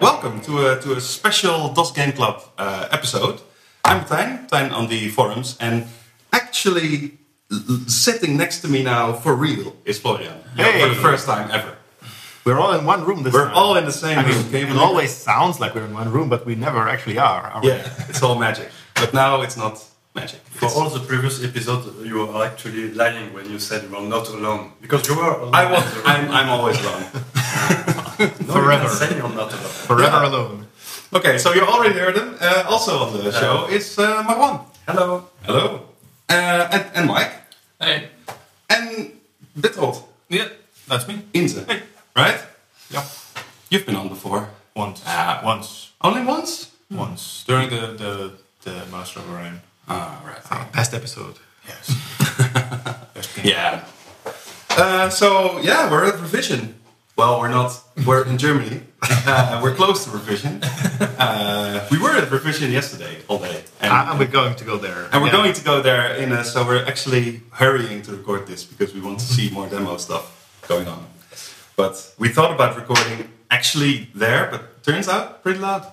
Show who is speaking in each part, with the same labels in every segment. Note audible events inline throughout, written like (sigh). Speaker 1: Welcome to a, to a special DOS Game Club uh, episode. I'm Tijn, Tijn on the forums, and actually l- l- sitting next to me now for real is Florian. Yeah,
Speaker 2: Hey.
Speaker 1: For the first time ever.
Speaker 2: We're all in one room this
Speaker 1: We're
Speaker 2: time.
Speaker 1: all in the same
Speaker 2: I mean,
Speaker 1: room. Can you
Speaker 2: it
Speaker 1: believe
Speaker 2: always sounds like we're in one room, but we never actually are. are we?
Speaker 1: Yeah, (laughs) it's all magic. But now it's not magic.
Speaker 3: For
Speaker 1: It's-
Speaker 3: all the previous episodes, you were actually lying when you said you were not alone. Because you were alone.
Speaker 1: (laughs)
Speaker 3: (laughs)
Speaker 1: I was, I'm, I'm always wrong.
Speaker 3: no,
Speaker 2: forever.
Speaker 3: You can say you're not alone.
Speaker 2: Forever alone.
Speaker 1: Okay, so you already heard him. Uh, also on the show is uh, Marwan.
Speaker 3: Hello.
Speaker 1: Hello. Uh, and, and Mike.
Speaker 4: Hey.
Speaker 1: And Bitold.
Speaker 4: Yeah, that's me.
Speaker 1: Inze. Right?
Speaker 4: Yeah.
Speaker 1: You've been on before.
Speaker 4: Once.
Speaker 1: Ah.
Speaker 4: Once.
Speaker 1: Only once?
Speaker 2: Hmm.
Speaker 4: Once. During the, the, the Master of Orion.
Speaker 1: Ah, right.
Speaker 2: Past episode.
Speaker 4: Yes.
Speaker 1: Yeah. Uh, so yeah, we're at revision. Well, we're not. We're in Germany. Uh, we're close to revision. Uh, we were at revision yesterday all day, and,
Speaker 2: (laughs) Ah, and we're going to go there.
Speaker 1: and we're
Speaker 2: Yeah.
Speaker 1: going to go there in. A, so we're actually hurrying to record this because we want to see more demo stuff going on. But we thought about recording actually there, but turns out pretty loud.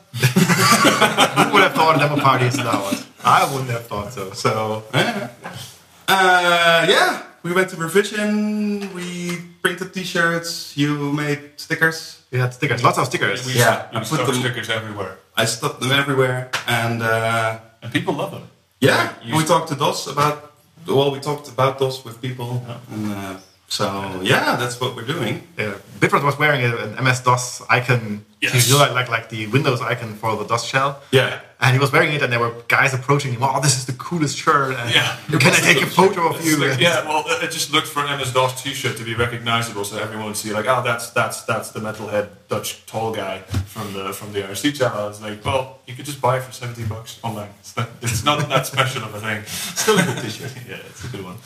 Speaker 2: Who would have thought demo party is loud?
Speaker 1: (laughs)
Speaker 2: I wouldn't have thought so.
Speaker 1: So yeah. (laughs) Uh, yeah, we went to revision. We printed T-shirts. You made stickers.
Speaker 2: We had stickers, lots of stickers.
Speaker 4: We-
Speaker 1: Yeah,
Speaker 4: we
Speaker 1: I put
Speaker 4: stuck
Speaker 1: them-
Speaker 4: stickers everywhere.
Speaker 1: I stuck them everywhere, and uh,
Speaker 4: And people love them.
Speaker 1: yeah,
Speaker 4: You-
Speaker 1: we talked to DOS about well, we talked about DOS with people,
Speaker 2: Oh.
Speaker 1: and uh, so yeah, that's what we're doing.
Speaker 2: Yeah. Bitford was wearing a- an MS DOS icon,
Speaker 4: Yes.
Speaker 2: you know, like, like like the Windows icon for the DOS shell.
Speaker 1: Yeah,
Speaker 2: And he was wearing it, and there were guys approaching him. Oh, this is the coolest shirt! And
Speaker 4: Yeah.
Speaker 2: Can I take a photo of you?
Speaker 4: Like, yeah, well, it just looked for an MS DOS T-shirt to be recognizable, so everyone would see like, oh, that's that's that's the metalhead Dutch tall guy from the from the RC channel. It's like, well, you could just buy it for seventy bucks online. It's not, it's not that special of a thing.
Speaker 1: still a good T-shirt.
Speaker 4: (laughs) Yeah, it's a good one.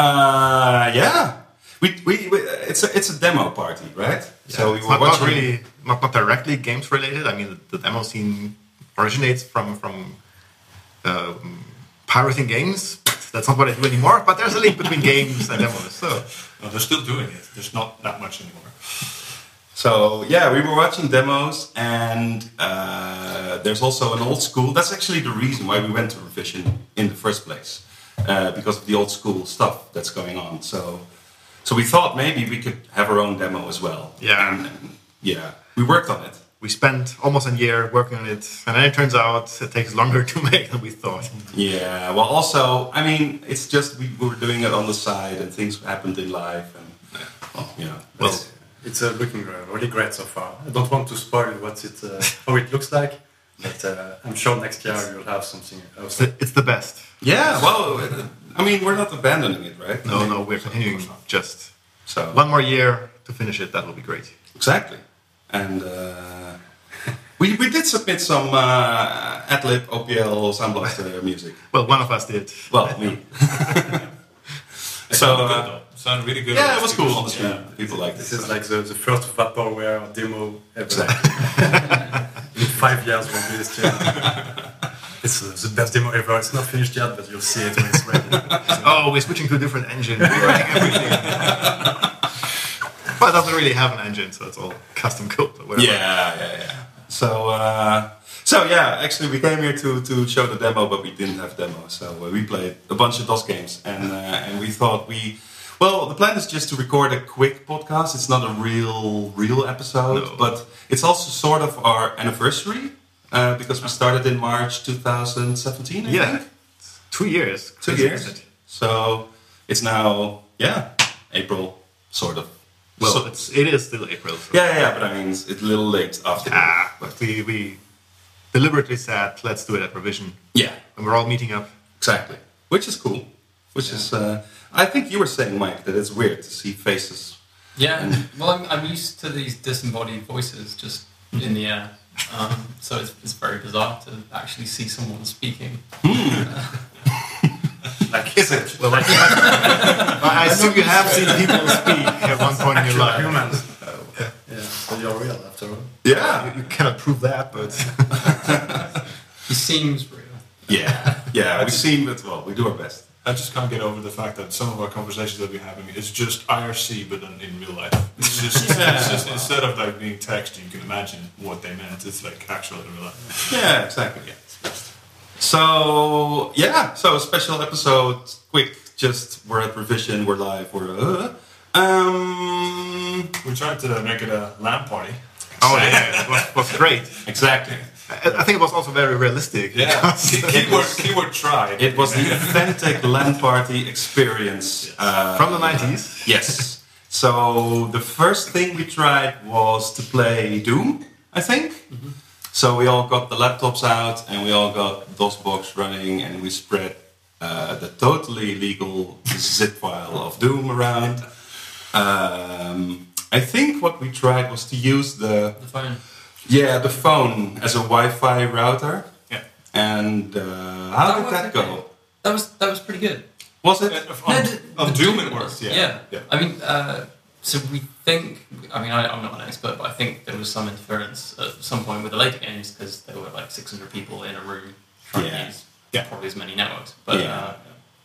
Speaker 1: Uh, yeah, we, we, we it's a, it's a demo party, right? So we
Speaker 2: it's
Speaker 1: were
Speaker 2: not, not
Speaker 1: watching.
Speaker 2: really not, not directly games related. I mean, the, the demo scene originates from from uh, pirating games. That's not what I do anymore. But there's a link between games and demos. So
Speaker 4: No, they're still doing it. There's not that much anymore.
Speaker 1: So yeah, we were watching demos, and uh, there's also an old school. That's actually the reason why we went to revision in the first place, uh, because of the old school stuff that's going on. So, so we thought maybe we could have our own demo as well.
Speaker 2: Yeah.
Speaker 1: and, and, yeah, we worked on it.
Speaker 2: we spent almost a year working on it, and then it turns out it takes longer to (laughs) make than we thought.
Speaker 1: Yeah, well, also, I mean, it's just we were doing it on the side, and things happened in life, and well, yeah,
Speaker 2: Well,
Speaker 3: It's uh, looking uh, really great so far. I don't want to spoil what it, uh, how it looks like, but uh, I'm sure next year you'll have something
Speaker 2: it's
Speaker 3: else.
Speaker 2: the, it's the best.
Speaker 1: yeah, well, I mean, we're not abandoning it, right? I
Speaker 2: No,
Speaker 1: mean,
Speaker 2: no, we're continuing just
Speaker 1: So
Speaker 2: one more year to finish it. That will be great.
Speaker 1: Exactly. And uh, (laughs) we, we did submit some uh, Adlib, OPL, Soundblaster uh, music.
Speaker 2: Well, one of us did.
Speaker 1: Well, me.
Speaker 4: It
Speaker 1: so,
Speaker 4: sounded good
Speaker 1: uh,
Speaker 4: though. It sounded really good.
Speaker 1: yeah,
Speaker 4: on
Speaker 1: it was
Speaker 4: speakers.
Speaker 1: cool on the screen.
Speaker 4: Yeah.
Speaker 1: People liked
Speaker 3: This
Speaker 1: it.
Speaker 3: is like the, the first Vaporware demo ever.
Speaker 1: Exactly.
Speaker 3: (laughs) In five years will be this year.
Speaker 1: (laughs)
Speaker 3: it's uh, the best demo ever. It's not finished yet, but you'll see it when it's ready.
Speaker 2: Oh, we're switching to a different engine. We're writing everything. but it doesn't really have an engine, so it's all custom code. Or whatever.
Speaker 1: Yeah, yeah, yeah. So, uh, so yeah, actually, we came here to, to show the demo, but we didn't have demo. So uh, we played a bunch of DOS games, and uh, and we thought we, well, the plan is just to record a quick podcast. It's not a real real episode,
Speaker 2: No.
Speaker 1: but it's also sort of our anniversary uh, because we started in March 2017. I
Speaker 2: Yeah.
Speaker 1: think.
Speaker 2: Two years.
Speaker 1: two
Speaker 2: Crazy,
Speaker 1: years.
Speaker 2: isn't it?
Speaker 1: So it's now yeah April, sort of.
Speaker 2: Well,
Speaker 1: So-
Speaker 2: it's, it is still April. So.
Speaker 1: yeah, yeah, yeah, but I mean, it's a little late after.
Speaker 2: Ah,
Speaker 1: but
Speaker 2: but we, we deliberately said, let's do it at revision.
Speaker 1: yeah.
Speaker 2: And we're all meeting up.
Speaker 1: Exactly, which is cool. Which is, uh, I think you were saying, Mike, that it's weird to see faces.
Speaker 5: Yeah, well, I'm, I'm used to these disembodied voices just in the air, um, so it's, it's very bizarre to actually see someone speaking.
Speaker 3: like,
Speaker 1: Is it?
Speaker 2: Well, like, I assume you have seen people speak at one point in your
Speaker 3: Actual
Speaker 2: life.
Speaker 3: humans. yeah, so you're real after all.
Speaker 1: Yeah,
Speaker 2: You cannot prove that, but
Speaker 5: seems real.
Speaker 1: (laughs) Yeah, yeah, we've seen it well. We do our best.
Speaker 4: I just can't get over the fact that some of our conversations that we're having is just IRC, but in, in real life. It's just, it's just instead of like being text, you can imagine what they meant. It's like actual in real life.
Speaker 1: Yeah, exactly. Yeah. So yeah, so a special episode, quick. Just we're at revision. We're live. We're uh, um
Speaker 4: We tried to make it a lamp party.
Speaker 2: Oh yeah, it was, was great.
Speaker 1: exactly.
Speaker 2: I, I think it was also very realistic. because-
Speaker 4: Key- keyword keyword try.
Speaker 1: It was the
Speaker 2: (laughs)
Speaker 1: authentic land party experience uh,
Speaker 2: from the nineties.
Speaker 1: Yes. So the first thing we tried was to play Doom, I think.
Speaker 5: Mm-hmm.
Speaker 1: So we all got the laptops out and we all got DOSBox running and we spread uh, the totally legal zip file of Doom around. Um, I think what we tried was to use the
Speaker 5: The phone.
Speaker 1: yeah the phone as a Wi-Fi router.
Speaker 4: Yeah.
Speaker 1: And uh, how
Speaker 5: That
Speaker 1: did
Speaker 5: was
Speaker 1: that
Speaker 5: okay.
Speaker 1: go?
Speaker 5: That was that was pretty good.
Speaker 1: Was it?
Speaker 4: Of- On, on Doom it works. Yeah.
Speaker 5: yeah. I mean, uh, so we think. I mean, I, I'm not an expert, but I think there was some interference at some point with the later games because there were like 600 people in a room trying
Speaker 1: Yeah.
Speaker 5: to use
Speaker 4: Yeah.
Speaker 5: probably as many networks. But
Speaker 1: Yeah.
Speaker 5: uh,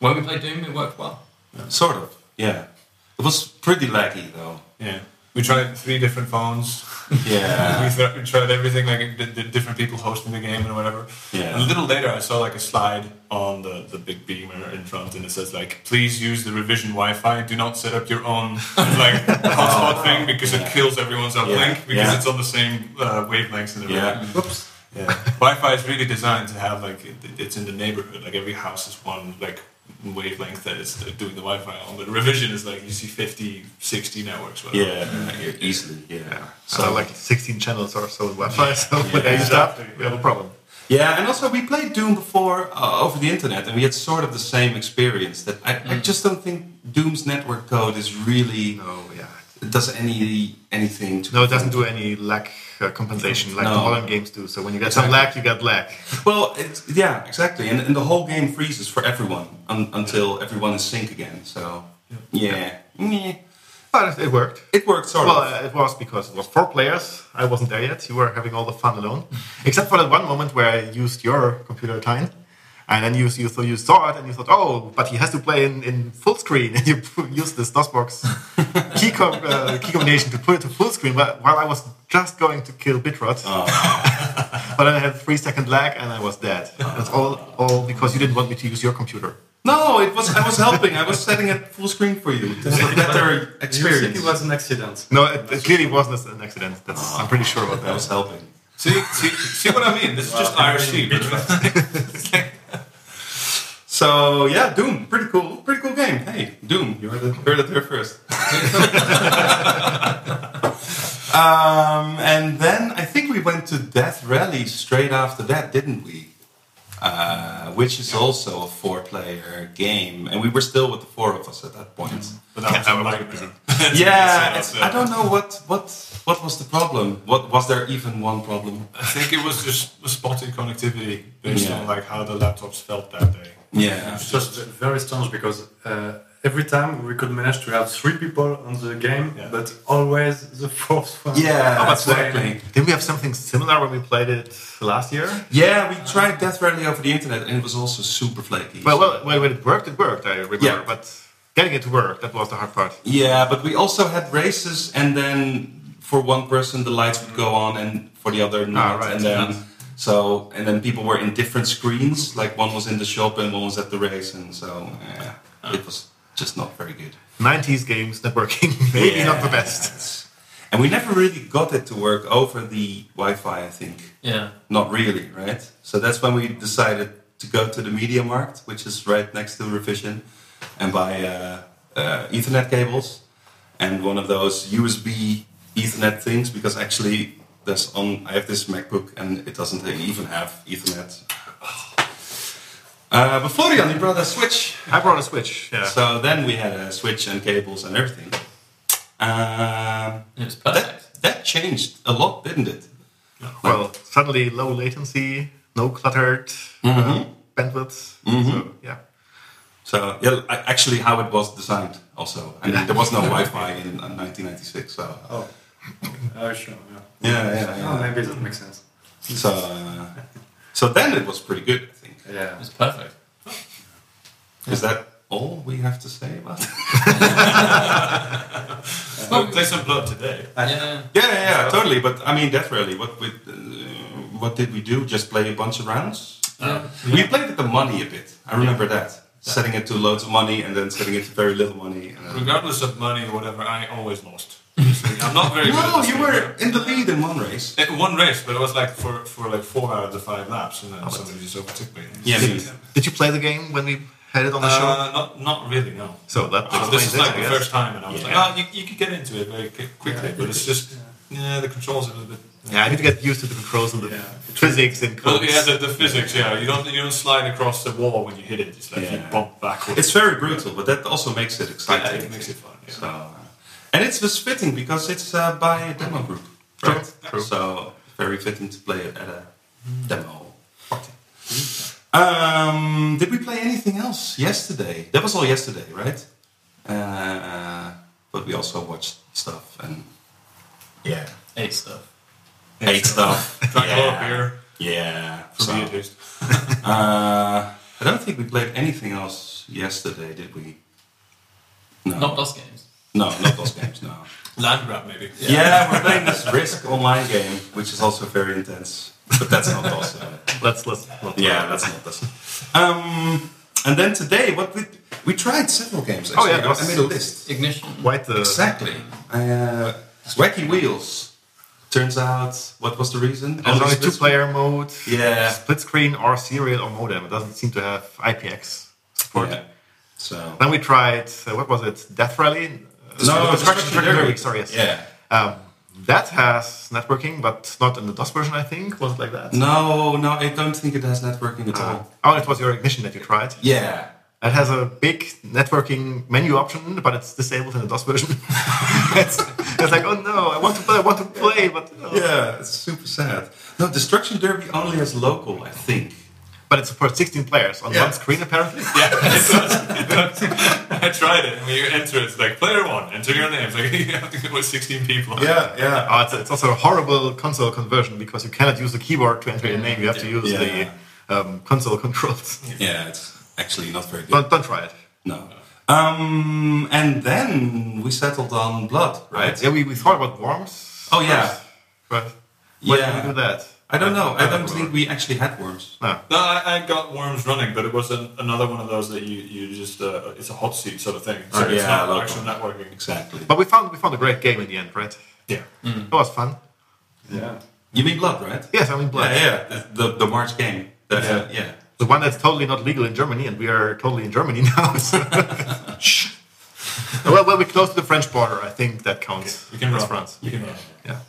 Speaker 5: when we played Doom, it worked well.
Speaker 1: Sort of. Yeah. It was pretty laggy
Speaker 5: (laughs)
Speaker 1: though.
Speaker 4: Yeah. We tried three different phones.
Speaker 1: Yeah.
Speaker 4: we, th- we Uh, tried everything, like the, the different people hosting the game and whatever.
Speaker 1: Yeah.
Speaker 4: A little later, I saw like a slide on the, the big beamer in front, and it says like, "Please use the revision Wi-Fi. Do not set up your own
Speaker 1: (laughs)
Speaker 4: like hotspot thing because
Speaker 1: Oh, Yeah.
Speaker 4: it kills everyone's uplink because
Speaker 1: Yeah.
Speaker 4: it's on the same uh, wavelengths and everything."
Speaker 1: Yeah.
Speaker 2: Whoops.
Speaker 4: Yeah. Wi-Fi is really designed to have like it, it's in the neighborhood. Like every house is one like wavelength that it's doing the Wi-Fi on. But revision is like you see 50, 60 networks. Whatever.
Speaker 1: Yeah. Easily. Yeah.
Speaker 2: So uh, like 16 channels or (laughs) so in Wi-Fi. So when they
Speaker 4: Yeah.
Speaker 2: stop,
Speaker 4: Exactly.
Speaker 2: we have a problem.
Speaker 1: Yeah, and also we played Doom before uh, over the internet, and we had sort of the same experience. That I, I just don't think Doom's network code is really
Speaker 2: No, yeah.
Speaker 1: does any anything. To
Speaker 2: No, it doesn't do any lag uh, compensation like the
Speaker 1: No.
Speaker 2: modern games do. So when you get some
Speaker 1: Exactly.
Speaker 2: lag, you get lag.
Speaker 1: Well, it's, yeah, exactly, and, and the whole game freezes for everyone un, until everyone is sync again. So yeah, Meh.
Speaker 2: But it worked.
Speaker 1: it worked sort
Speaker 2: Well,
Speaker 1: of.
Speaker 2: uh, it was because it was four players. I wasn't there yet. You were having all the fun alone, except for that one moment where I used your computer time, and then you you so you saw it and you thought, oh, but he has to play in, in full screen, (laughs) and you used this DOSBox key com, uh, key combination to put it to full screen. But while I was just going to kill Bitrot, (laughs) but then I had three second lag and I was dead. That's all all because you didn't want me to use your computer.
Speaker 1: No, it was I was helping. I was setting it full screen for you to have a
Speaker 2: (laughs)
Speaker 1: better
Speaker 3: Experience.
Speaker 1: experience.
Speaker 3: It was an accident.
Speaker 2: No, it, it clearly wasn't an accident. That's, I'm pretty sure about
Speaker 1: I
Speaker 2: that.
Speaker 1: was helping.
Speaker 4: See, see, see what I mean? This is just IRC. but-
Speaker 1: So yeah, Doom, pretty cool, pretty cool game. Hey, Doom, you heard it, heard it here first. (laughs) um, and then I think we went to Death Rally straight after that, didn't we? Uh, which is also a four-player game, and we were still with the four of us at that point.
Speaker 4: But that was
Speaker 2: Yeah,
Speaker 4: a
Speaker 2: I was
Speaker 4: nightmare.
Speaker 1: Yeah, it's,
Speaker 4: So,
Speaker 1: I don't know what what what was the problem. What was there even one problem?
Speaker 4: I think it was just spotty connectivity based
Speaker 1: Yeah.
Speaker 4: on like how the laptops felt that day.
Speaker 1: Yeah,
Speaker 3: It's just ve- very strange because uh, every time we could manage to have three people on the game,
Speaker 4: Yeah.
Speaker 3: but always the fourth one.
Speaker 1: yeah,
Speaker 2: but
Speaker 1: exactly.
Speaker 2: Didn't we have something similar when we played it last year?
Speaker 1: Yeah, we tried Death Rally over the internet, and it was also super flaky.
Speaker 2: Well, well, well when it worked, it worked. I remember,
Speaker 1: Yeah.
Speaker 2: but getting it to work that was the hard part.
Speaker 1: Yeah, but we also had races, and then for one person the lights would go on, and for the other not,
Speaker 2: Ah, right,
Speaker 1: and then so and then people were in different screens. Like one was in the shop, and one was at the race, and so yeah,
Speaker 2: Ah.
Speaker 1: it was just not very good.
Speaker 2: 90s games networking, (laughs) maybe not the
Speaker 1: Yeah.
Speaker 2: best.
Speaker 1: And we never really got it to work over the Wi-Fi. I think
Speaker 5: Yeah.
Speaker 1: not really, right? So that's when we decided to go to the Media Markt, which is right next to Revision, and buy uh, uh, Ethernet cables and one of those USB Ethernet things because actually there's on I have this MacBook and it doesn't even have Ethernet. Uh, but Florian, you brought a switch.
Speaker 2: I brought a Switch. Yeah.
Speaker 1: So then we had a switch and cables and everything. Um,
Speaker 5: It was
Speaker 1: that,
Speaker 5: perfect.
Speaker 1: that changed a lot, didn't it?
Speaker 2: well, suddenly low latency, no cluttered
Speaker 4: Mm-hmm.
Speaker 2: uh, bandwidth. So, yeah.
Speaker 1: So yeah, I- actually, how it was designed also. I mean, there was no Wi-Fi in uh, 1996. So
Speaker 3: Oh, oh sure. Yeah.
Speaker 1: yeah, yeah,
Speaker 3: Oh,
Speaker 1: yeah.
Speaker 3: maybe that makes sense.
Speaker 1: So, uh, So then it was pretty good, I think.
Speaker 5: It
Speaker 3: Yeah.
Speaker 5: was perfect.
Speaker 1: Is that all we have to say about it? (laughs)
Speaker 4: Well, there's some blood today.
Speaker 5: Yeah.
Speaker 1: Yeah, yeah, yeah, totally. But I mean, Death Rally. What with, uh, what did we do? Just play a bunch of rounds.
Speaker 4: Oh.
Speaker 5: Yeah.
Speaker 1: We played with the money a bit. I remember that. Setting it to loads of money and then setting it to very little money. And then...
Speaker 4: Regardless of money or whatever, I always lost. I'm not very good.
Speaker 1: No,
Speaker 4: at this
Speaker 1: you
Speaker 4: game.
Speaker 1: were in the lead in one race.
Speaker 4: It- one race, but it was like for, for like four out of the five laps, and then somebody just overtook me.
Speaker 1: Yeah, me.
Speaker 2: Did you play the game when we had it on the show?
Speaker 4: Uh, not not really, no.
Speaker 2: So that
Speaker 4: So
Speaker 2: explains
Speaker 4: this is
Speaker 2: it,
Speaker 4: like
Speaker 2: I
Speaker 4: the
Speaker 2: guess.
Speaker 4: first time, and I was
Speaker 2: Yeah.
Speaker 4: like, oh, you, you could get into it very qui- quickly,
Speaker 3: Yeah.
Speaker 4: but it's just yeah, the controls are a little bit.
Speaker 2: Yeah, I need to get used to the controls and the
Speaker 3: Yeah.
Speaker 2: physics and
Speaker 4: Well,
Speaker 2: codes.
Speaker 4: yeah, the, the physics. Yeah, you don't you don't slide across the wall when you hit it. It's like you
Speaker 1: Yeah.
Speaker 4: bump backwards.
Speaker 1: It's very brutal, but that also makes it
Speaker 4: yeah,
Speaker 1: exciting.
Speaker 4: it makes it fun. Yeah.
Speaker 1: So, uh, and it's just fitting because it's uh, by a demo group, right?
Speaker 2: True.
Speaker 1: So very fitting to play it at a demo party.
Speaker 4: Hmm.
Speaker 1: Um, did we play anything else yesterday? That was all yesterday, right? Uh, but we also watched stuff and yeah,
Speaker 5: Ate stuff.
Speaker 1: ate
Speaker 4: (laughs)
Speaker 1: stuff.
Speaker 4: Drank a lot of
Speaker 1: Yeah.
Speaker 4: beer
Speaker 1: Yeah.
Speaker 4: for
Speaker 1: so,
Speaker 4: me at least.
Speaker 1: uh, I don't think we played anything else yesterday, did we? No,
Speaker 5: Not DOS games.
Speaker 1: no, not those games. No.
Speaker 4: Land grab maybe.
Speaker 1: (laughs) Yeah. we're playing this Risk online game, which is also very intense. But that's not awesome.
Speaker 2: Let's let's. not-
Speaker 1: (laughs) yeah, that's not awesome. Um, and then today, what we we tried several games.
Speaker 2: Oh,
Speaker 1: Actually.
Speaker 2: yeah, that was-
Speaker 1: I made a list.
Speaker 5: Ignition.
Speaker 2: Quite the
Speaker 1: Exactly. Uh, wacky Wheels. Turns out, what was the reason?
Speaker 2: There's only
Speaker 1: Only
Speaker 2: two
Speaker 1: split-
Speaker 2: player mode,
Speaker 1: Yeah.
Speaker 2: split screen or serial or modem. It doesn't seem to have IPX support.
Speaker 1: Yeah. So
Speaker 2: Then we tried uh, what was it? Death Rally? Uh,
Speaker 1: Destruction Derby.
Speaker 2: Sorry, yes.
Speaker 1: Yeah.
Speaker 2: Um, that has networking, but not in the DOS version. I think was it like that?
Speaker 1: No, no, I don't think it has networking at
Speaker 2: Uh,
Speaker 1: all.
Speaker 2: oh, it was your ignition that you tried.
Speaker 1: Yeah.
Speaker 2: It has a big networking menu option, but it's disabled in the DOS version. (laughs) it's, it's like, oh no, I want to play, I want to play, but uh,
Speaker 1: Yeah, it's super sad. No, Destruction Derby only has local, I think.
Speaker 2: but it supports 16 players on
Speaker 1: Yeah.
Speaker 2: one screen apparently.
Speaker 4: Yeah, (laughs) it does. It does. I tried it. And when you enter, it, it's like player one. Enter your name. It's (laughs) like you have to go with 16 people.
Speaker 1: Yeah, yeah.
Speaker 2: Oh, it's, it's also a horrible console conversion because you cannot use the keyboard to enter your name. You have to use
Speaker 1: Yeah.
Speaker 2: the um, console controls.
Speaker 1: (laughs) Yeah, it's actually not very good.
Speaker 2: Don't, don't try it.
Speaker 1: no. Um, and then we settled on blood, right?
Speaker 2: Yeah, we, we thought about worms.
Speaker 1: Oh, yeah.
Speaker 2: first, But why
Speaker 1: Yeah.
Speaker 2: did we do that?
Speaker 1: I don't know. I don't
Speaker 2: remember.
Speaker 1: think we actually had worms.
Speaker 2: No.
Speaker 4: No, I, I got Worms Running, but it was an, another one of those that you, you just, uh, it's a hot seat sort of thing. So
Speaker 1: Oh,
Speaker 4: it's
Speaker 1: yeah,
Speaker 4: not
Speaker 1: local.
Speaker 4: actual networking.
Speaker 1: Exactly.
Speaker 2: But we found we found a great game in the end, right?
Speaker 4: Yeah.
Speaker 1: Hmm.
Speaker 2: It was fun.
Speaker 3: Yeah.
Speaker 1: You mean blood, right?
Speaker 2: Yes, I mean blood.
Speaker 1: Yeah, yeah. The, the, the March game. That's yeah.
Speaker 4: Yeah.
Speaker 1: yeah.
Speaker 2: The one that's totally not legal in Germany, and we are totally in Germany (laughs) now.
Speaker 1: (laughs)
Speaker 2: so- well, well, we're close to the French border. I think that counts.
Speaker 4: You can
Speaker 2: That's
Speaker 4: run.
Speaker 2: France.
Speaker 4: You can run.
Speaker 2: Yeah.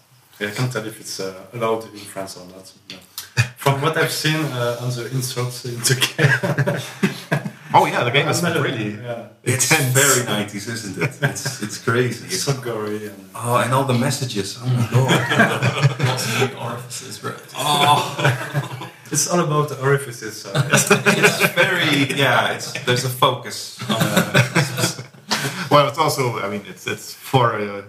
Speaker 3: I can't tell if it's uh, allowed in France or not. No. From what I've seen uh, on the inserts in the (laughs) game,
Speaker 2: Oh yeah, the game is
Speaker 3: I'm not-
Speaker 2: really
Speaker 3: yeah,
Speaker 1: It's
Speaker 2: intense.
Speaker 1: very 90s, isn't it? It's, it's crazy. (laughs)
Speaker 3: it's so gory and
Speaker 1: oh, and all the messages. Oh, my God.
Speaker 5: Lots of big orifices, bro. Oh,
Speaker 3: it's all about the orifices. Uh,
Speaker 1: (laughs) it's very, yeah, it's, there's a focus on uh,
Speaker 2: Well, it's also, I mean, it's it's for a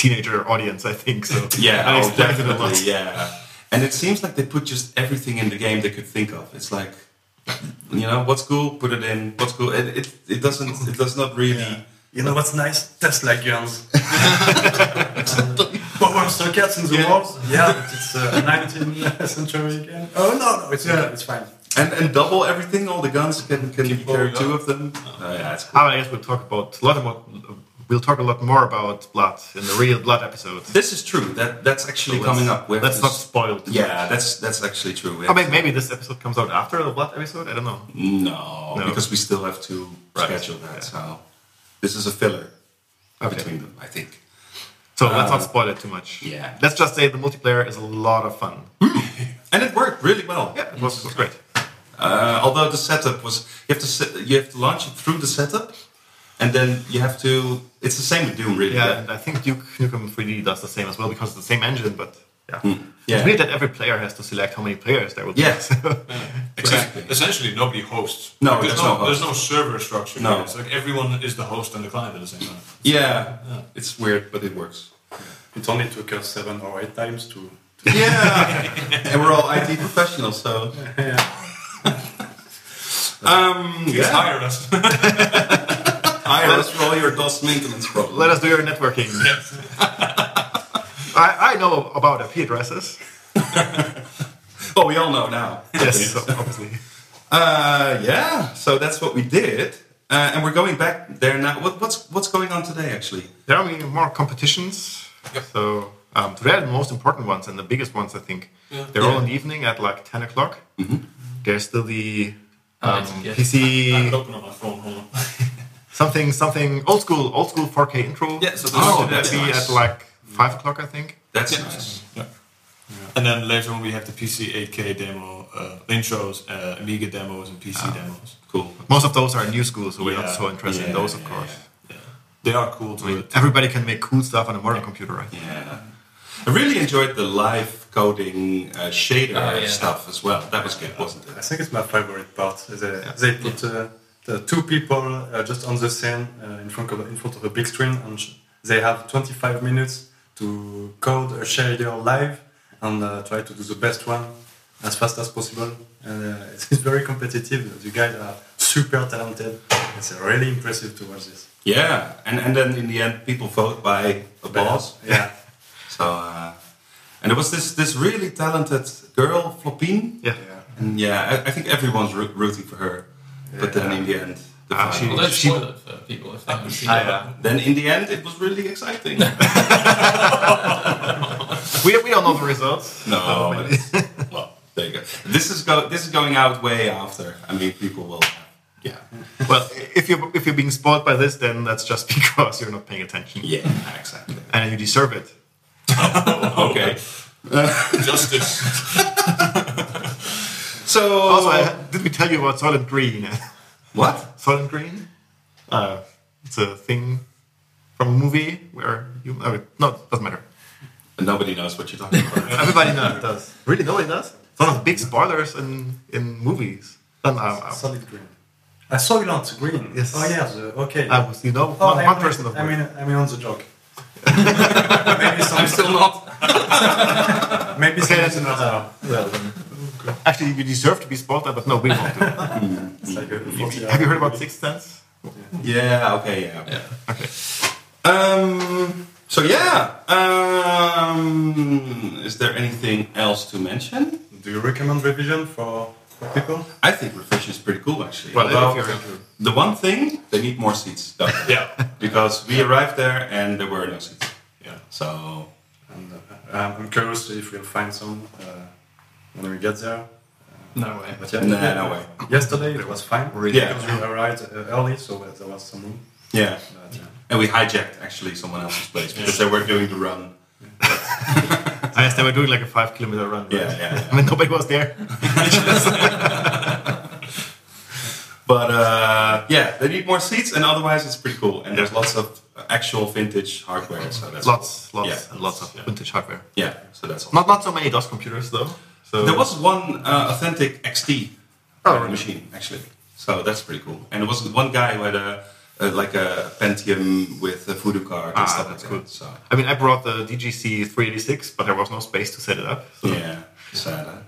Speaker 2: teenager audience, I think. So
Speaker 1: (laughs) Yeah,
Speaker 2: that
Speaker 1: oh,
Speaker 2: explains it a
Speaker 1: definitely.
Speaker 2: lot.
Speaker 1: Yeah, and it seems like they put just everything in the game they could think of. It's like, you know, what's cool, put it in. What's cool, it it, it doesn't it does not really.
Speaker 3: Yeah. You know what's nice? Tesla guns. Power sockets in the
Speaker 1: Yeah.
Speaker 3: walls. Yeah, but it's uh, 19th century again. Oh no, no, it's okay, it's fine.
Speaker 1: And and double everything. All the guns can can you
Speaker 4: Keep
Speaker 1: carry
Speaker 4: going
Speaker 1: two
Speaker 4: up.
Speaker 1: of them. Oh, yeah, it's cool.
Speaker 2: Ah, I guess we'll talk about a lot about. We'll talk a lot more about blood in the real blood episode.
Speaker 1: This is true. That that's actually coming up. We have
Speaker 2: That's
Speaker 1: to
Speaker 2: not
Speaker 1: s-
Speaker 2: spoiled.
Speaker 1: Yeah, that's that's actually true. We
Speaker 2: I
Speaker 1: have
Speaker 2: mean,
Speaker 1: to-
Speaker 2: Oh, maybe this episode comes out after the blood episode. I don't know.
Speaker 1: No,
Speaker 2: No.
Speaker 1: because we still have to
Speaker 2: Right.
Speaker 1: schedule that.
Speaker 2: Yeah.
Speaker 1: So this is a filler
Speaker 2: Okay.
Speaker 1: between them, I think.
Speaker 2: So let's
Speaker 1: Uh,
Speaker 2: not spoil it too much.
Speaker 1: yeah.
Speaker 2: Let's just say the multiplayer is a lot of fun.
Speaker 1: And it worked really well.
Speaker 2: Yeah, it was, it was great.
Speaker 1: Uh, although the setup was you have to set, you have to launch it through the setup, and then you have to. It's the same with Doom, really.
Speaker 2: Yeah, and I think Duke Nukem 3D does the same as well because it's the same engine. But yeah,
Speaker 1: Hmm. Yeah.
Speaker 2: it's weird that every player has to select how many players there will be.
Speaker 1: Yes.
Speaker 4: Exactly.
Speaker 1: Exactly.
Speaker 4: Essentially, nobody hosts.
Speaker 1: No,
Speaker 4: Like,
Speaker 1: there's
Speaker 4: there's,
Speaker 1: no
Speaker 4: no,
Speaker 1: host.
Speaker 4: there's no server structure.
Speaker 1: No.
Speaker 4: here. It's like everyone is the host and the client at the same time.
Speaker 1: yeah. It's weird, but it works.
Speaker 3: It only took us seven or eight times to
Speaker 1: Yeah, (laughs) and we're all IT professionals, so. um,
Speaker 4: Please
Speaker 1: yeah,
Speaker 4: hire (laughs) us.
Speaker 1: hire us for all your DOS maintenance problems.
Speaker 2: Let us do your
Speaker 1: (laughs)
Speaker 2: networking. (laughs) I, I know about IP
Speaker 1: (laughs)
Speaker 2: addresses.
Speaker 1: Oh, we all know now.
Speaker 2: Yes, obviously.
Speaker 1: Uh, yeah, so that's what we did, uh, and we're going back there now. What, what's what's going on today, actually?
Speaker 2: There are many more competitions. So um, today are the most important ones and the biggest ones, I think. They're all in the evening at like 10 o'clock.
Speaker 1: Mm-hmm.
Speaker 2: There's still the
Speaker 1: Oh,
Speaker 2: um,
Speaker 5: Nice, yes.
Speaker 4: I'm
Speaker 2: PC
Speaker 4: open on my phone. Hold on.
Speaker 2: something something old school old school 4K intro.
Speaker 1: Yeah, so those
Speaker 2: oh,
Speaker 1: are-
Speaker 2: that'd
Speaker 1: that's
Speaker 2: be
Speaker 1: nice.
Speaker 2: at like five o'clock, I think.
Speaker 1: That's nice.
Speaker 4: Yeah. And then later on, we have the PC 8K demo uh, intros, uh, Amiga demos, and PC demos.
Speaker 1: Cool.
Speaker 2: Most of those are new school, so we're
Speaker 4: Yeah,
Speaker 2: not so interested in
Speaker 1: yeah,
Speaker 2: those, of
Speaker 1: yeah,
Speaker 2: course.
Speaker 4: Yeah. They are cool to it.
Speaker 2: Everybody can make cool stuff on a modern computer, I think.
Speaker 1: Yeah, I really enjoyed the live coding uh, shader
Speaker 5: Oh, yeah.
Speaker 1: stuff as well. That was good, wasn't
Speaker 3: I
Speaker 1: it?
Speaker 3: think it's my favorite part. They, they put uh, the two people uh, just on the scene uh, in front of in front of a big screen, and sh- they have 25 minutes to code a shader live and uh, try to do the best one as fast as possible. And uh, (laughs) it's, it's very competitive. The guys are super talented. It's uh, really impressive to watch this.
Speaker 1: Yeah, and and then in the end, people vote by applause.
Speaker 3: Yeah.
Speaker 1: So, uh, and there was this this really talented girl, Flopine.
Speaker 2: (laughs) Yeah.
Speaker 3: yeah.
Speaker 1: And yeah, I, I think everyone's roo- rooting for her. But then in the end, the
Speaker 2: Ah,
Speaker 1: final-
Speaker 5: Well, don't
Speaker 2: She-
Speaker 5: spoil it for people if they haven't seen
Speaker 3: Ah,
Speaker 5: it.
Speaker 3: yeah.
Speaker 1: Then in the end, it was really exciting.
Speaker 2: We, we don't know the results.
Speaker 1: no, but it's- well, there you go. This is go this is going out way after. I mean, people will. Yeah,
Speaker 2: Well, if you're if you're being spoiled by this, then that's just (laughs) because you're not paying attention,
Speaker 1: yeah, exactly.
Speaker 2: and you deserve it.
Speaker 1: Okay.
Speaker 4: Justice.
Speaker 1: (laughs) So
Speaker 2: Also, I, did we tell you about Solid Green? (laughs)
Speaker 1: what?
Speaker 2: Solid Green, uh, it's a thing from a movie where you uh, no doesn't matter.
Speaker 1: Nobody knows what you're talking
Speaker 2: (laughs)
Speaker 1: about.
Speaker 2: Everybody knows it does. Really, nobody does. It's one of the big spoilers in in movies. uh, And I, I,
Speaker 3: Solid green. I saw you it's green.
Speaker 2: Yes.
Speaker 3: Oh yeah. The, okay.
Speaker 2: I was, you know,
Speaker 3: Oh,
Speaker 2: one
Speaker 3: I
Speaker 2: one
Speaker 3: mean-
Speaker 2: person of
Speaker 3: I mean, I mean, on the
Speaker 2: (laughs)
Speaker 3: joke. maybe some,
Speaker 1: I'm still not.
Speaker 3: (laughs) maybe
Speaker 2: Okay,
Speaker 3: some
Speaker 2: that's
Speaker 3: is uh, another.
Speaker 2: actually you deserve to be spoiled, but no, we
Speaker 1: (laughs)
Speaker 2: won't do. it.
Speaker 3: It's like a
Speaker 2: Have you heard about Sixth Sense?
Speaker 1: Yeah. Okay. Yeah.
Speaker 5: Yeah.
Speaker 2: Okay.
Speaker 1: Um, so yeah. Um, is there anything else to mention?
Speaker 3: Do you recommend revision for, for people?
Speaker 1: I think Revision is pretty cool, actually.
Speaker 2: Well,
Speaker 1: Although,
Speaker 2: if you're into
Speaker 1: the one thing they need more seats, though,
Speaker 4: Yeah.
Speaker 1: because we arrived there and there were no seats.
Speaker 4: Yeah.
Speaker 1: So
Speaker 3: And uh, I'm I'm curious if we'll find some uh, when we get there.
Speaker 5: No way.
Speaker 3: But yeah,
Speaker 1: Nah, no way.
Speaker 3: Yesterday it was fine.
Speaker 2: Really?
Speaker 1: Yeah.
Speaker 3: Because we arrived uh, early, so uh, there was some room.
Speaker 1: yeah,
Speaker 3: But, uh, yeah.
Speaker 1: and we hijacked actually someone else's place because they were doing the run.
Speaker 2: I guess they were doing like a five kilometer run. Right?
Speaker 1: Yeah, yeah, yeah.
Speaker 2: I mean, nobody was there.
Speaker 1: But uh, yeah, they need more seats, and otherwise it's pretty cool. And there's lots of actual vintage hardware, so that's
Speaker 2: Lots,
Speaker 1: cool.
Speaker 2: lots,
Speaker 1: Yeah.
Speaker 2: and lots of vintage hardware.
Speaker 1: yeah. So that's all.
Speaker 2: Not not so many DOS computers though. So
Speaker 1: There was one uh, authentic XT
Speaker 2: Oh, really?
Speaker 1: machine actually, so that's pretty cool. And it was one guy who had a, a like a Pentium with a Voodoo card and
Speaker 2: Ah,
Speaker 1: stuff
Speaker 2: that's
Speaker 1: like
Speaker 2: cool.
Speaker 1: that. So
Speaker 2: I mean, I brought the DGC 386, but there was no space to set it up. So
Speaker 1: yeah, sad. huh?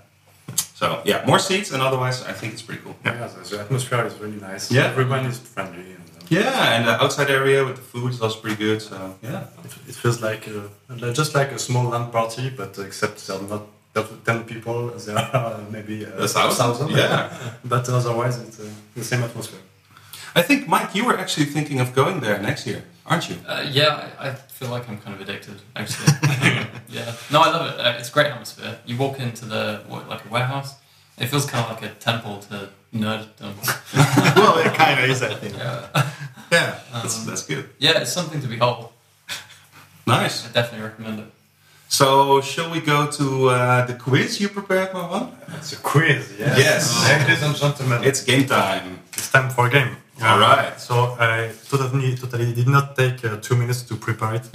Speaker 1: So yeah, more seats, and otherwise I think it's pretty cool.
Speaker 3: Yeah, the, the atmosphere is really nice.
Speaker 1: Yeah.
Speaker 3: Everyone is friendly. And, uh,
Speaker 1: Yeah, and the outside area with the food is also pretty good. So yeah,
Speaker 3: It- It feels like a, like- just like a small land party, but except there are not there are ten people. (laughs) There are maybe uh,
Speaker 1: A thousand? Yeah.
Speaker 3: but otherwise it's uh, the same atmosphere.
Speaker 1: I think Mike, you were actually thinking of going there next year, aren't you?
Speaker 5: Uh, yeah, I, I feel like I'm kind of addicted, actually. (laughs) yeah. No, I love it. Uh, it's a great atmosphere. You walk into the, what, like a warehouse. It feels kind of like a temple to nerddom.
Speaker 2: (laughs) well, it kind of is, I think.
Speaker 5: Yeah.
Speaker 1: Yeah, that's, that's good.
Speaker 5: yeah, it's something to behold.
Speaker 1: Nice.
Speaker 5: I definitely recommend it.
Speaker 1: So shall we go to uh, the quiz you prepared, Marwan?
Speaker 3: It's a quiz, yes.
Speaker 1: Yes.
Speaker 3: Ladies and gentlemen, it's,
Speaker 1: It's game time.
Speaker 3: time for a game.
Speaker 1: All right.
Speaker 3: So uh, I totally, totally did not take uh, two minutes to prepare it.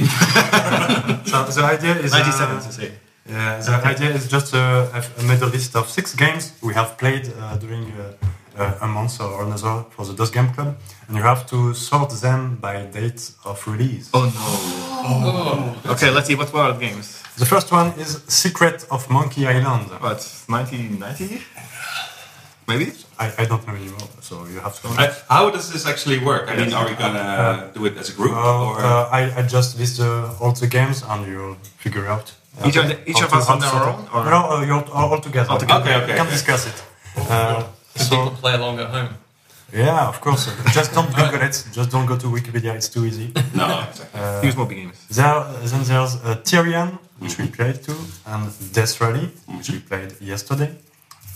Speaker 3: so the idea is uh,
Speaker 2: 97 to say.
Speaker 3: Yeah, the idea is just uh, I've made a list of six games we have played uh, during uh, uh, a month or another for the DOS Game Club, and you have to sort them by date of release.
Speaker 5: Oh,
Speaker 2: Okay, let's see. What's one of the games?
Speaker 3: The first one is Secret of Monkey Island.
Speaker 2: What? 1990? Maybe.
Speaker 3: I, I don't know anymore, so you have to.
Speaker 1: I- how does this actually work? I mean, are we gonna do it as a group
Speaker 3: Well,
Speaker 1: or?
Speaker 3: uh, I, I just list uh, all the games and you figure out. uh,
Speaker 2: Each of- each
Speaker 3: how
Speaker 2: of
Speaker 3: to-
Speaker 2: us
Speaker 3: how
Speaker 2: on
Speaker 3: to
Speaker 2: our
Speaker 3: sort
Speaker 2: own,
Speaker 3: it.
Speaker 2: or-
Speaker 3: No, uh, you're all, all together.
Speaker 2: All together.
Speaker 1: Okay,
Speaker 3: You
Speaker 1: okay,
Speaker 3: can
Speaker 1: okay.
Speaker 3: discuss it. Uh,
Speaker 5: Can
Speaker 3: so-
Speaker 5: people play along at home?
Speaker 3: yeah, of course. (laughs) Just don't Google it. Just don't go to Wikipedia. It's too easy.
Speaker 1: no, exactly.
Speaker 2: Use more games.
Speaker 3: There, then there's uh, Tyrion, which we played too, and Death Rally, which we played yesterday.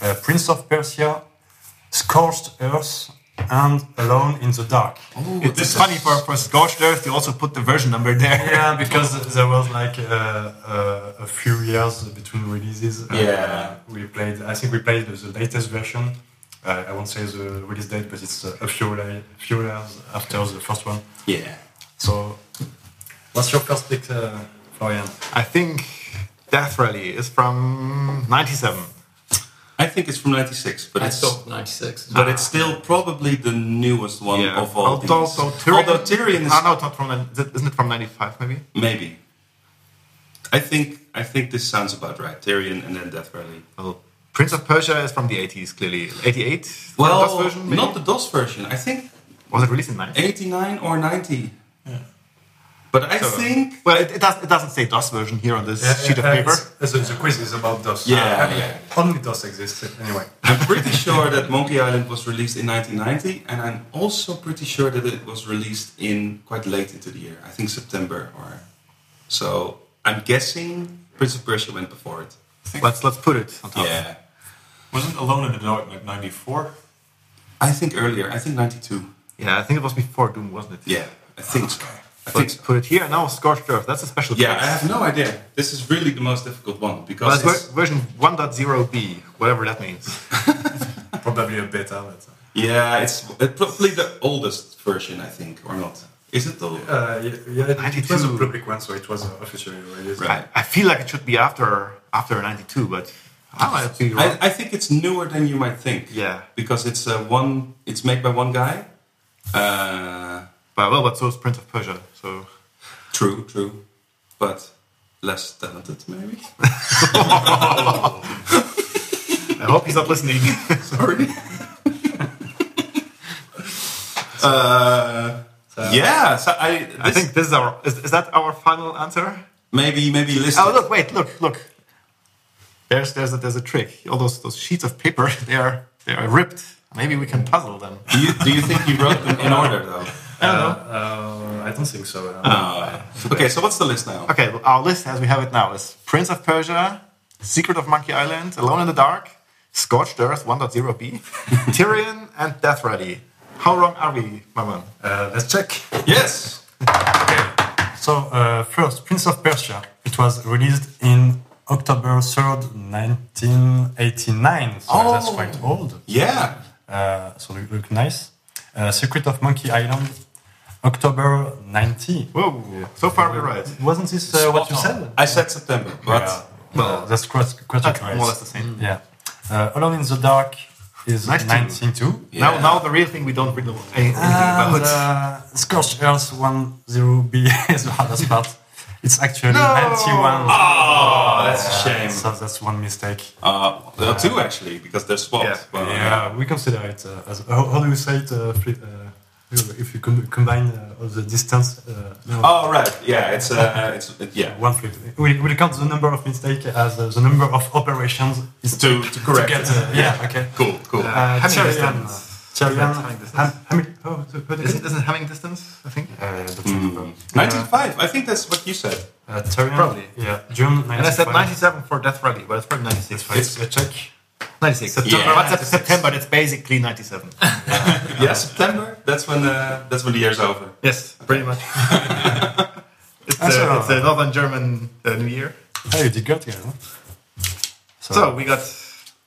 Speaker 3: Uh, Prince of Persia, Scorched Earth, and Alone in the Dark.
Speaker 2: It's funny for for Scorched Earth. You also put the version number there.
Speaker 3: Yeah, because there was like uh, uh, a few years between releases. Uh,
Speaker 1: Yeah.
Speaker 3: we played. I think we played the latest version. Uh, I won't say the release date, but it's uh, a few, li- few years after the first one.
Speaker 1: Yeah.
Speaker 3: So, what's your first pick, uh, Florian?
Speaker 2: I think Death Rally is from 97.
Speaker 1: I think it's from '96, but
Speaker 5: I
Speaker 1: it's
Speaker 5: thought 96.
Speaker 1: but it's still probably the newest one of all
Speaker 2: Although,
Speaker 1: these.
Speaker 2: although Tyrion,
Speaker 1: Although Tyrion is
Speaker 2: Ah, no, it's not from. nin- is it- Isn't it from 95? Maybe.
Speaker 1: maybe. I think I think this sounds about right. Tyrion and then Death Valley.
Speaker 2: Well, Prince of Persia is from the 80s, clearly. 88.
Speaker 1: Well,
Speaker 2: DOS version, maybe?
Speaker 1: not the DOS version. I think
Speaker 2: was it released in 90?
Speaker 1: 89 or 90. But I
Speaker 2: So-
Speaker 1: think (laughs)
Speaker 2: Well, it, it, does, it doesn't say DOS version here on this sheet of
Speaker 3: Uh,
Speaker 2: paper.
Speaker 3: it's- The, the quiz is about DOS.
Speaker 1: Yeah,
Speaker 3: Uh,
Speaker 1: yeah.
Speaker 3: Only DOS exists anyway.
Speaker 1: I'm pretty sure that Monkey Island was released in 1990, and I'm also pretty sure that it was released in quite late into the year. I think September or so. I'm guessing Prince of Persia went before it.
Speaker 2: Let's let's put it on top.
Speaker 1: Yeah,
Speaker 4: Wasn't Alone in the Dark like 94?
Speaker 1: I think earlier. I think 92.
Speaker 2: Yeah, I think it was before Doom, wasn't it?
Speaker 1: Yeah, I think so. I think
Speaker 2: Let's
Speaker 1: so.
Speaker 2: put it here now. Scorched Earth. That's a special.
Speaker 1: Yeah, I
Speaker 2: case.
Speaker 1: have no idea. This is really the most difficult one
Speaker 2: Well,
Speaker 1: because
Speaker 2: it's
Speaker 1: it's,
Speaker 2: ver- version 1.0b, whatever that means.
Speaker 3: Probably a beta. But,
Speaker 1: yeah, it's, it's probably the oldest version. I think or not? Is it the
Speaker 3: uh, yeah, yeah, it- it was a
Speaker 2: 92.
Speaker 3: public one, so it was uh, officially released.
Speaker 1: Right.
Speaker 2: I, I feel like it should be after after 92, but I might be wrong.
Speaker 1: I, I think it's newer than you might think.
Speaker 2: Yeah.
Speaker 1: because it's uh, one. It's made by one guy. Uh,
Speaker 2: but well, but so is Prince of Persia.
Speaker 1: (laughs)
Speaker 2: So
Speaker 1: true, true, but less talented maybe. (laughs)
Speaker 4: Oh,
Speaker 2: I hope he's not listening.
Speaker 1: (laughs) Sorry. uh, yeah, so I,
Speaker 2: I
Speaker 1: this-
Speaker 2: think this is our is, is that our final answer?
Speaker 1: maybe maybe listen.
Speaker 2: Oh look, wait, look, look. There's there's a, there's a trick. All those those sheets of paper (laughs) they are they are ripped. Maybe we can puzzle them.
Speaker 1: do you, do you think you wrote them in order (laughs) though?
Speaker 3: Uh, uh, I don't think so. uh,
Speaker 1: Uh, okay, so what's the list now?
Speaker 2: Okay, well, our list as we have it now is Prince of Persia, Secret of Monkey Island, Alone in the Dark, Scorched Earth 1.0b, (laughs) Tyrion, and Death Rally. How wrong are we, Maman?
Speaker 3: Uh, let's check.
Speaker 1: Yes.
Speaker 3: So, uh, first, Prince of Persia. It was released in October 3rd, 1989. So that's
Speaker 1: Oh.
Speaker 3: quite old.
Speaker 1: Yeah.
Speaker 3: Uh, so, look, look nice. Uh, Secret of Monkey Island, October 90.
Speaker 2: Whoa, so far we're right.
Speaker 3: Wasn't this uh, what you said?
Speaker 1: I said September, but
Speaker 3: Yeah. Well, that's quite, quite
Speaker 2: That's
Speaker 3: right.
Speaker 2: more or less the same.
Speaker 3: Yeah. Uh, Alone in the Dark is
Speaker 2: 92.
Speaker 3: 192.
Speaker 2: Now,
Speaker 1: Yeah.
Speaker 2: now the real thing we don't really know anything
Speaker 3: And
Speaker 2: about.
Speaker 3: uh, Scorched Earth 10B (laughs) is the hardest part. It's actually 91.
Speaker 2: Ah!
Speaker 1: oh, that's a shame.
Speaker 3: So that's one mistake.
Speaker 1: Uh, there are two actually because they're swapped.
Speaker 2: Yeah.
Speaker 1: Well,
Speaker 3: yeah, we consider it uh, as how, how do you say it? Uh, free, uh, if you com- combine uh, all the distance, uh, no,
Speaker 1: Oh right, yeah, it's uh, it's it, yeah.
Speaker 3: one flip. We we count the number of mistake as uh, the number of operations is
Speaker 1: To to correct.
Speaker 3: to get. Uh, yeah, okay.
Speaker 1: Cool, cool.
Speaker 3: Uh,
Speaker 2: Having
Speaker 3: Tyrion,
Speaker 2: distance.
Speaker 3: Tyrion,
Speaker 2: Having distance.
Speaker 3: Ham- Hamil- oh, so what is
Speaker 2: Isn't,
Speaker 3: it?
Speaker 2: isn't having distance, I think?
Speaker 3: Uh, I don't remember.
Speaker 1: Mm. 95. I think that's what you said.
Speaker 3: Uh, Tyrion,
Speaker 2: Probably.
Speaker 3: Yeah, June.
Speaker 2: And I said
Speaker 3: 95.
Speaker 2: 97 for Death Rally, but it's probably 96. right?
Speaker 3: It's a check.
Speaker 2: 96. September,
Speaker 1: Yeah.
Speaker 2: What's up, September? That's basically 97. (laughs)
Speaker 1: Yeah, September. That's when uh, that's when the year's over.
Speaker 2: yes, pretty much. (laughs) it's,
Speaker 3: That's
Speaker 2: uh,
Speaker 3: all.
Speaker 2: it's the Northern German uh, New Year.
Speaker 3: Oh, you did good, yeah. no?
Speaker 2: So we got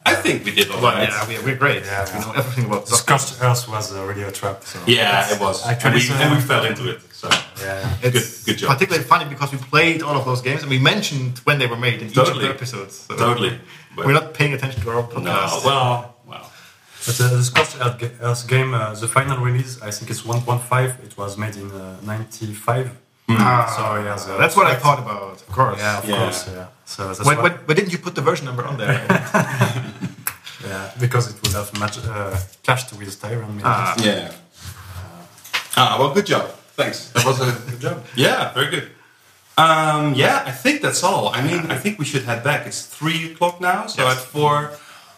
Speaker 1: I think we did all
Speaker 2: Well,
Speaker 1: right.
Speaker 2: yeah, we, we're great.
Speaker 3: Yeah, yeah.
Speaker 2: We know everything about
Speaker 3: The
Speaker 2: soccer.
Speaker 3: Scorched Earth was uh, really a trap. So.
Speaker 1: Yeah, it was. And
Speaker 3: Actually,
Speaker 1: we,
Speaker 3: so-
Speaker 1: and we fell into it. So
Speaker 3: Yeah.
Speaker 2: It's
Speaker 1: good job.
Speaker 2: particularly funny because we played all of those games and we mentioned when they were made in each of
Speaker 1: Totally.
Speaker 2: the episodes. So
Speaker 1: totally. But
Speaker 2: We're not paying attention to our own
Speaker 1: no.
Speaker 2: podcast.
Speaker 1: Well, well.
Speaker 3: But uh, the Scorched Earth, ga- Earth game, uh, the final release, I think it's 1.5. It was made in uh, 95.
Speaker 2: Ah,
Speaker 3: Sorry, yeah, so
Speaker 2: that's what I
Speaker 3: it's-
Speaker 2: thought about. Of course.
Speaker 3: Yeah, of
Speaker 1: Yeah.
Speaker 3: course. Yeah. So that's
Speaker 2: Why,
Speaker 3: why-
Speaker 2: why, why didn't you put the version number on
Speaker 3: (laughs)
Speaker 2: there?
Speaker 3: Yeah, because it would have match, uh, clashed with Tyrant. maybe.
Speaker 2: Ah.
Speaker 1: Yeah. Ah, well, good job. Thanks. That was a
Speaker 3: Good job.
Speaker 1: (laughs) yeah, very good. Um, yeah, I think that's all. I mean, I think we should head back. It's three o'clock now, so
Speaker 4: Yes.
Speaker 1: at four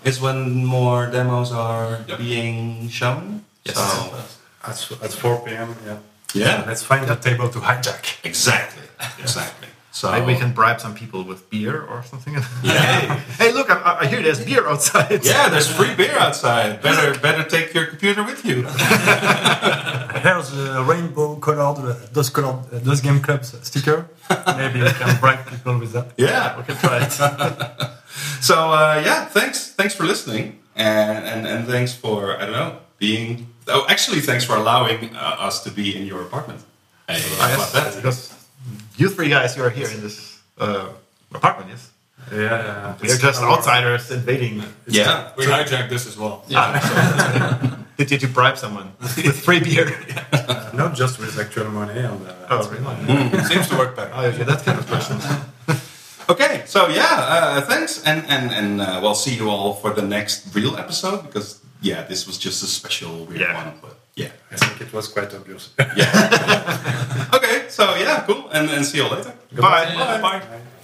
Speaker 1: is when more demos are
Speaker 4: Yep.
Speaker 1: being shown.
Speaker 5: Yes.
Speaker 1: So,
Speaker 3: At, at 4 p.m. Yeah.
Speaker 1: yeah,
Speaker 3: Let's find a table to hijack. Oh.
Speaker 1: exactly, exactly. So
Speaker 2: Maybe we can bribe some people with beer or something.
Speaker 1: Yeah.
Speaker 2: hey, look, I, I hear there's beer outside.
Speaker 1: Yeah, there's free beer outside. Better, better take your computer with you.
Speaker 3: Here's a rainbow colored, uh, those colored, uh, those game clubs
Speaker 2: (laughs)
Speaker 3: sticker. Maybe we can bribe people with that.
Speaker 1: Yeah.
Speaker 2: We can try (laughs) it.
Speaker 1: So uh, yeah, thanks, thanks for listening, and, and and thanks for I don't know being. Oh, actually, thanks for allowing uh, us to be in your apartment. Hey, how about that?
Speaker 2: Because you three guys, you are here in this uh, apartment, yes?
Speaker 3: Yeah, yeah.
Speaker 2: We are just
Speaker 3: our-
Speaker 2: outsiders invading.
Speaker 1: Yeah.
Speaker 4: We hijacked this as well.
Speaker 5: Yeah.
Speaker 2: Did, did you bribe someone (laughs) with free beer?
Speaker 3: uh, not just with actual money. And, uh,
Speaker 2: oh, really?
Speaker 4: Seems to work better.
Speaker 2: Oh, you're that kind of person.
Speaker 1: Okay, so yeah, uh, thanks, and and and uh, we'll see you all for the next real episode because yeah, this was just a special weird
Speaker 2: Yeah.
Speaker 1: one, but yeah,
Speaker 3: I think it was quite obvious.
Speaker 1: yeah. okay, so yeah, cool, and and see you all later.
Speaker 2: Goodbye.
Speaker 5: Bye.
Speaker 4: Bye.
Speaker 3: Bye.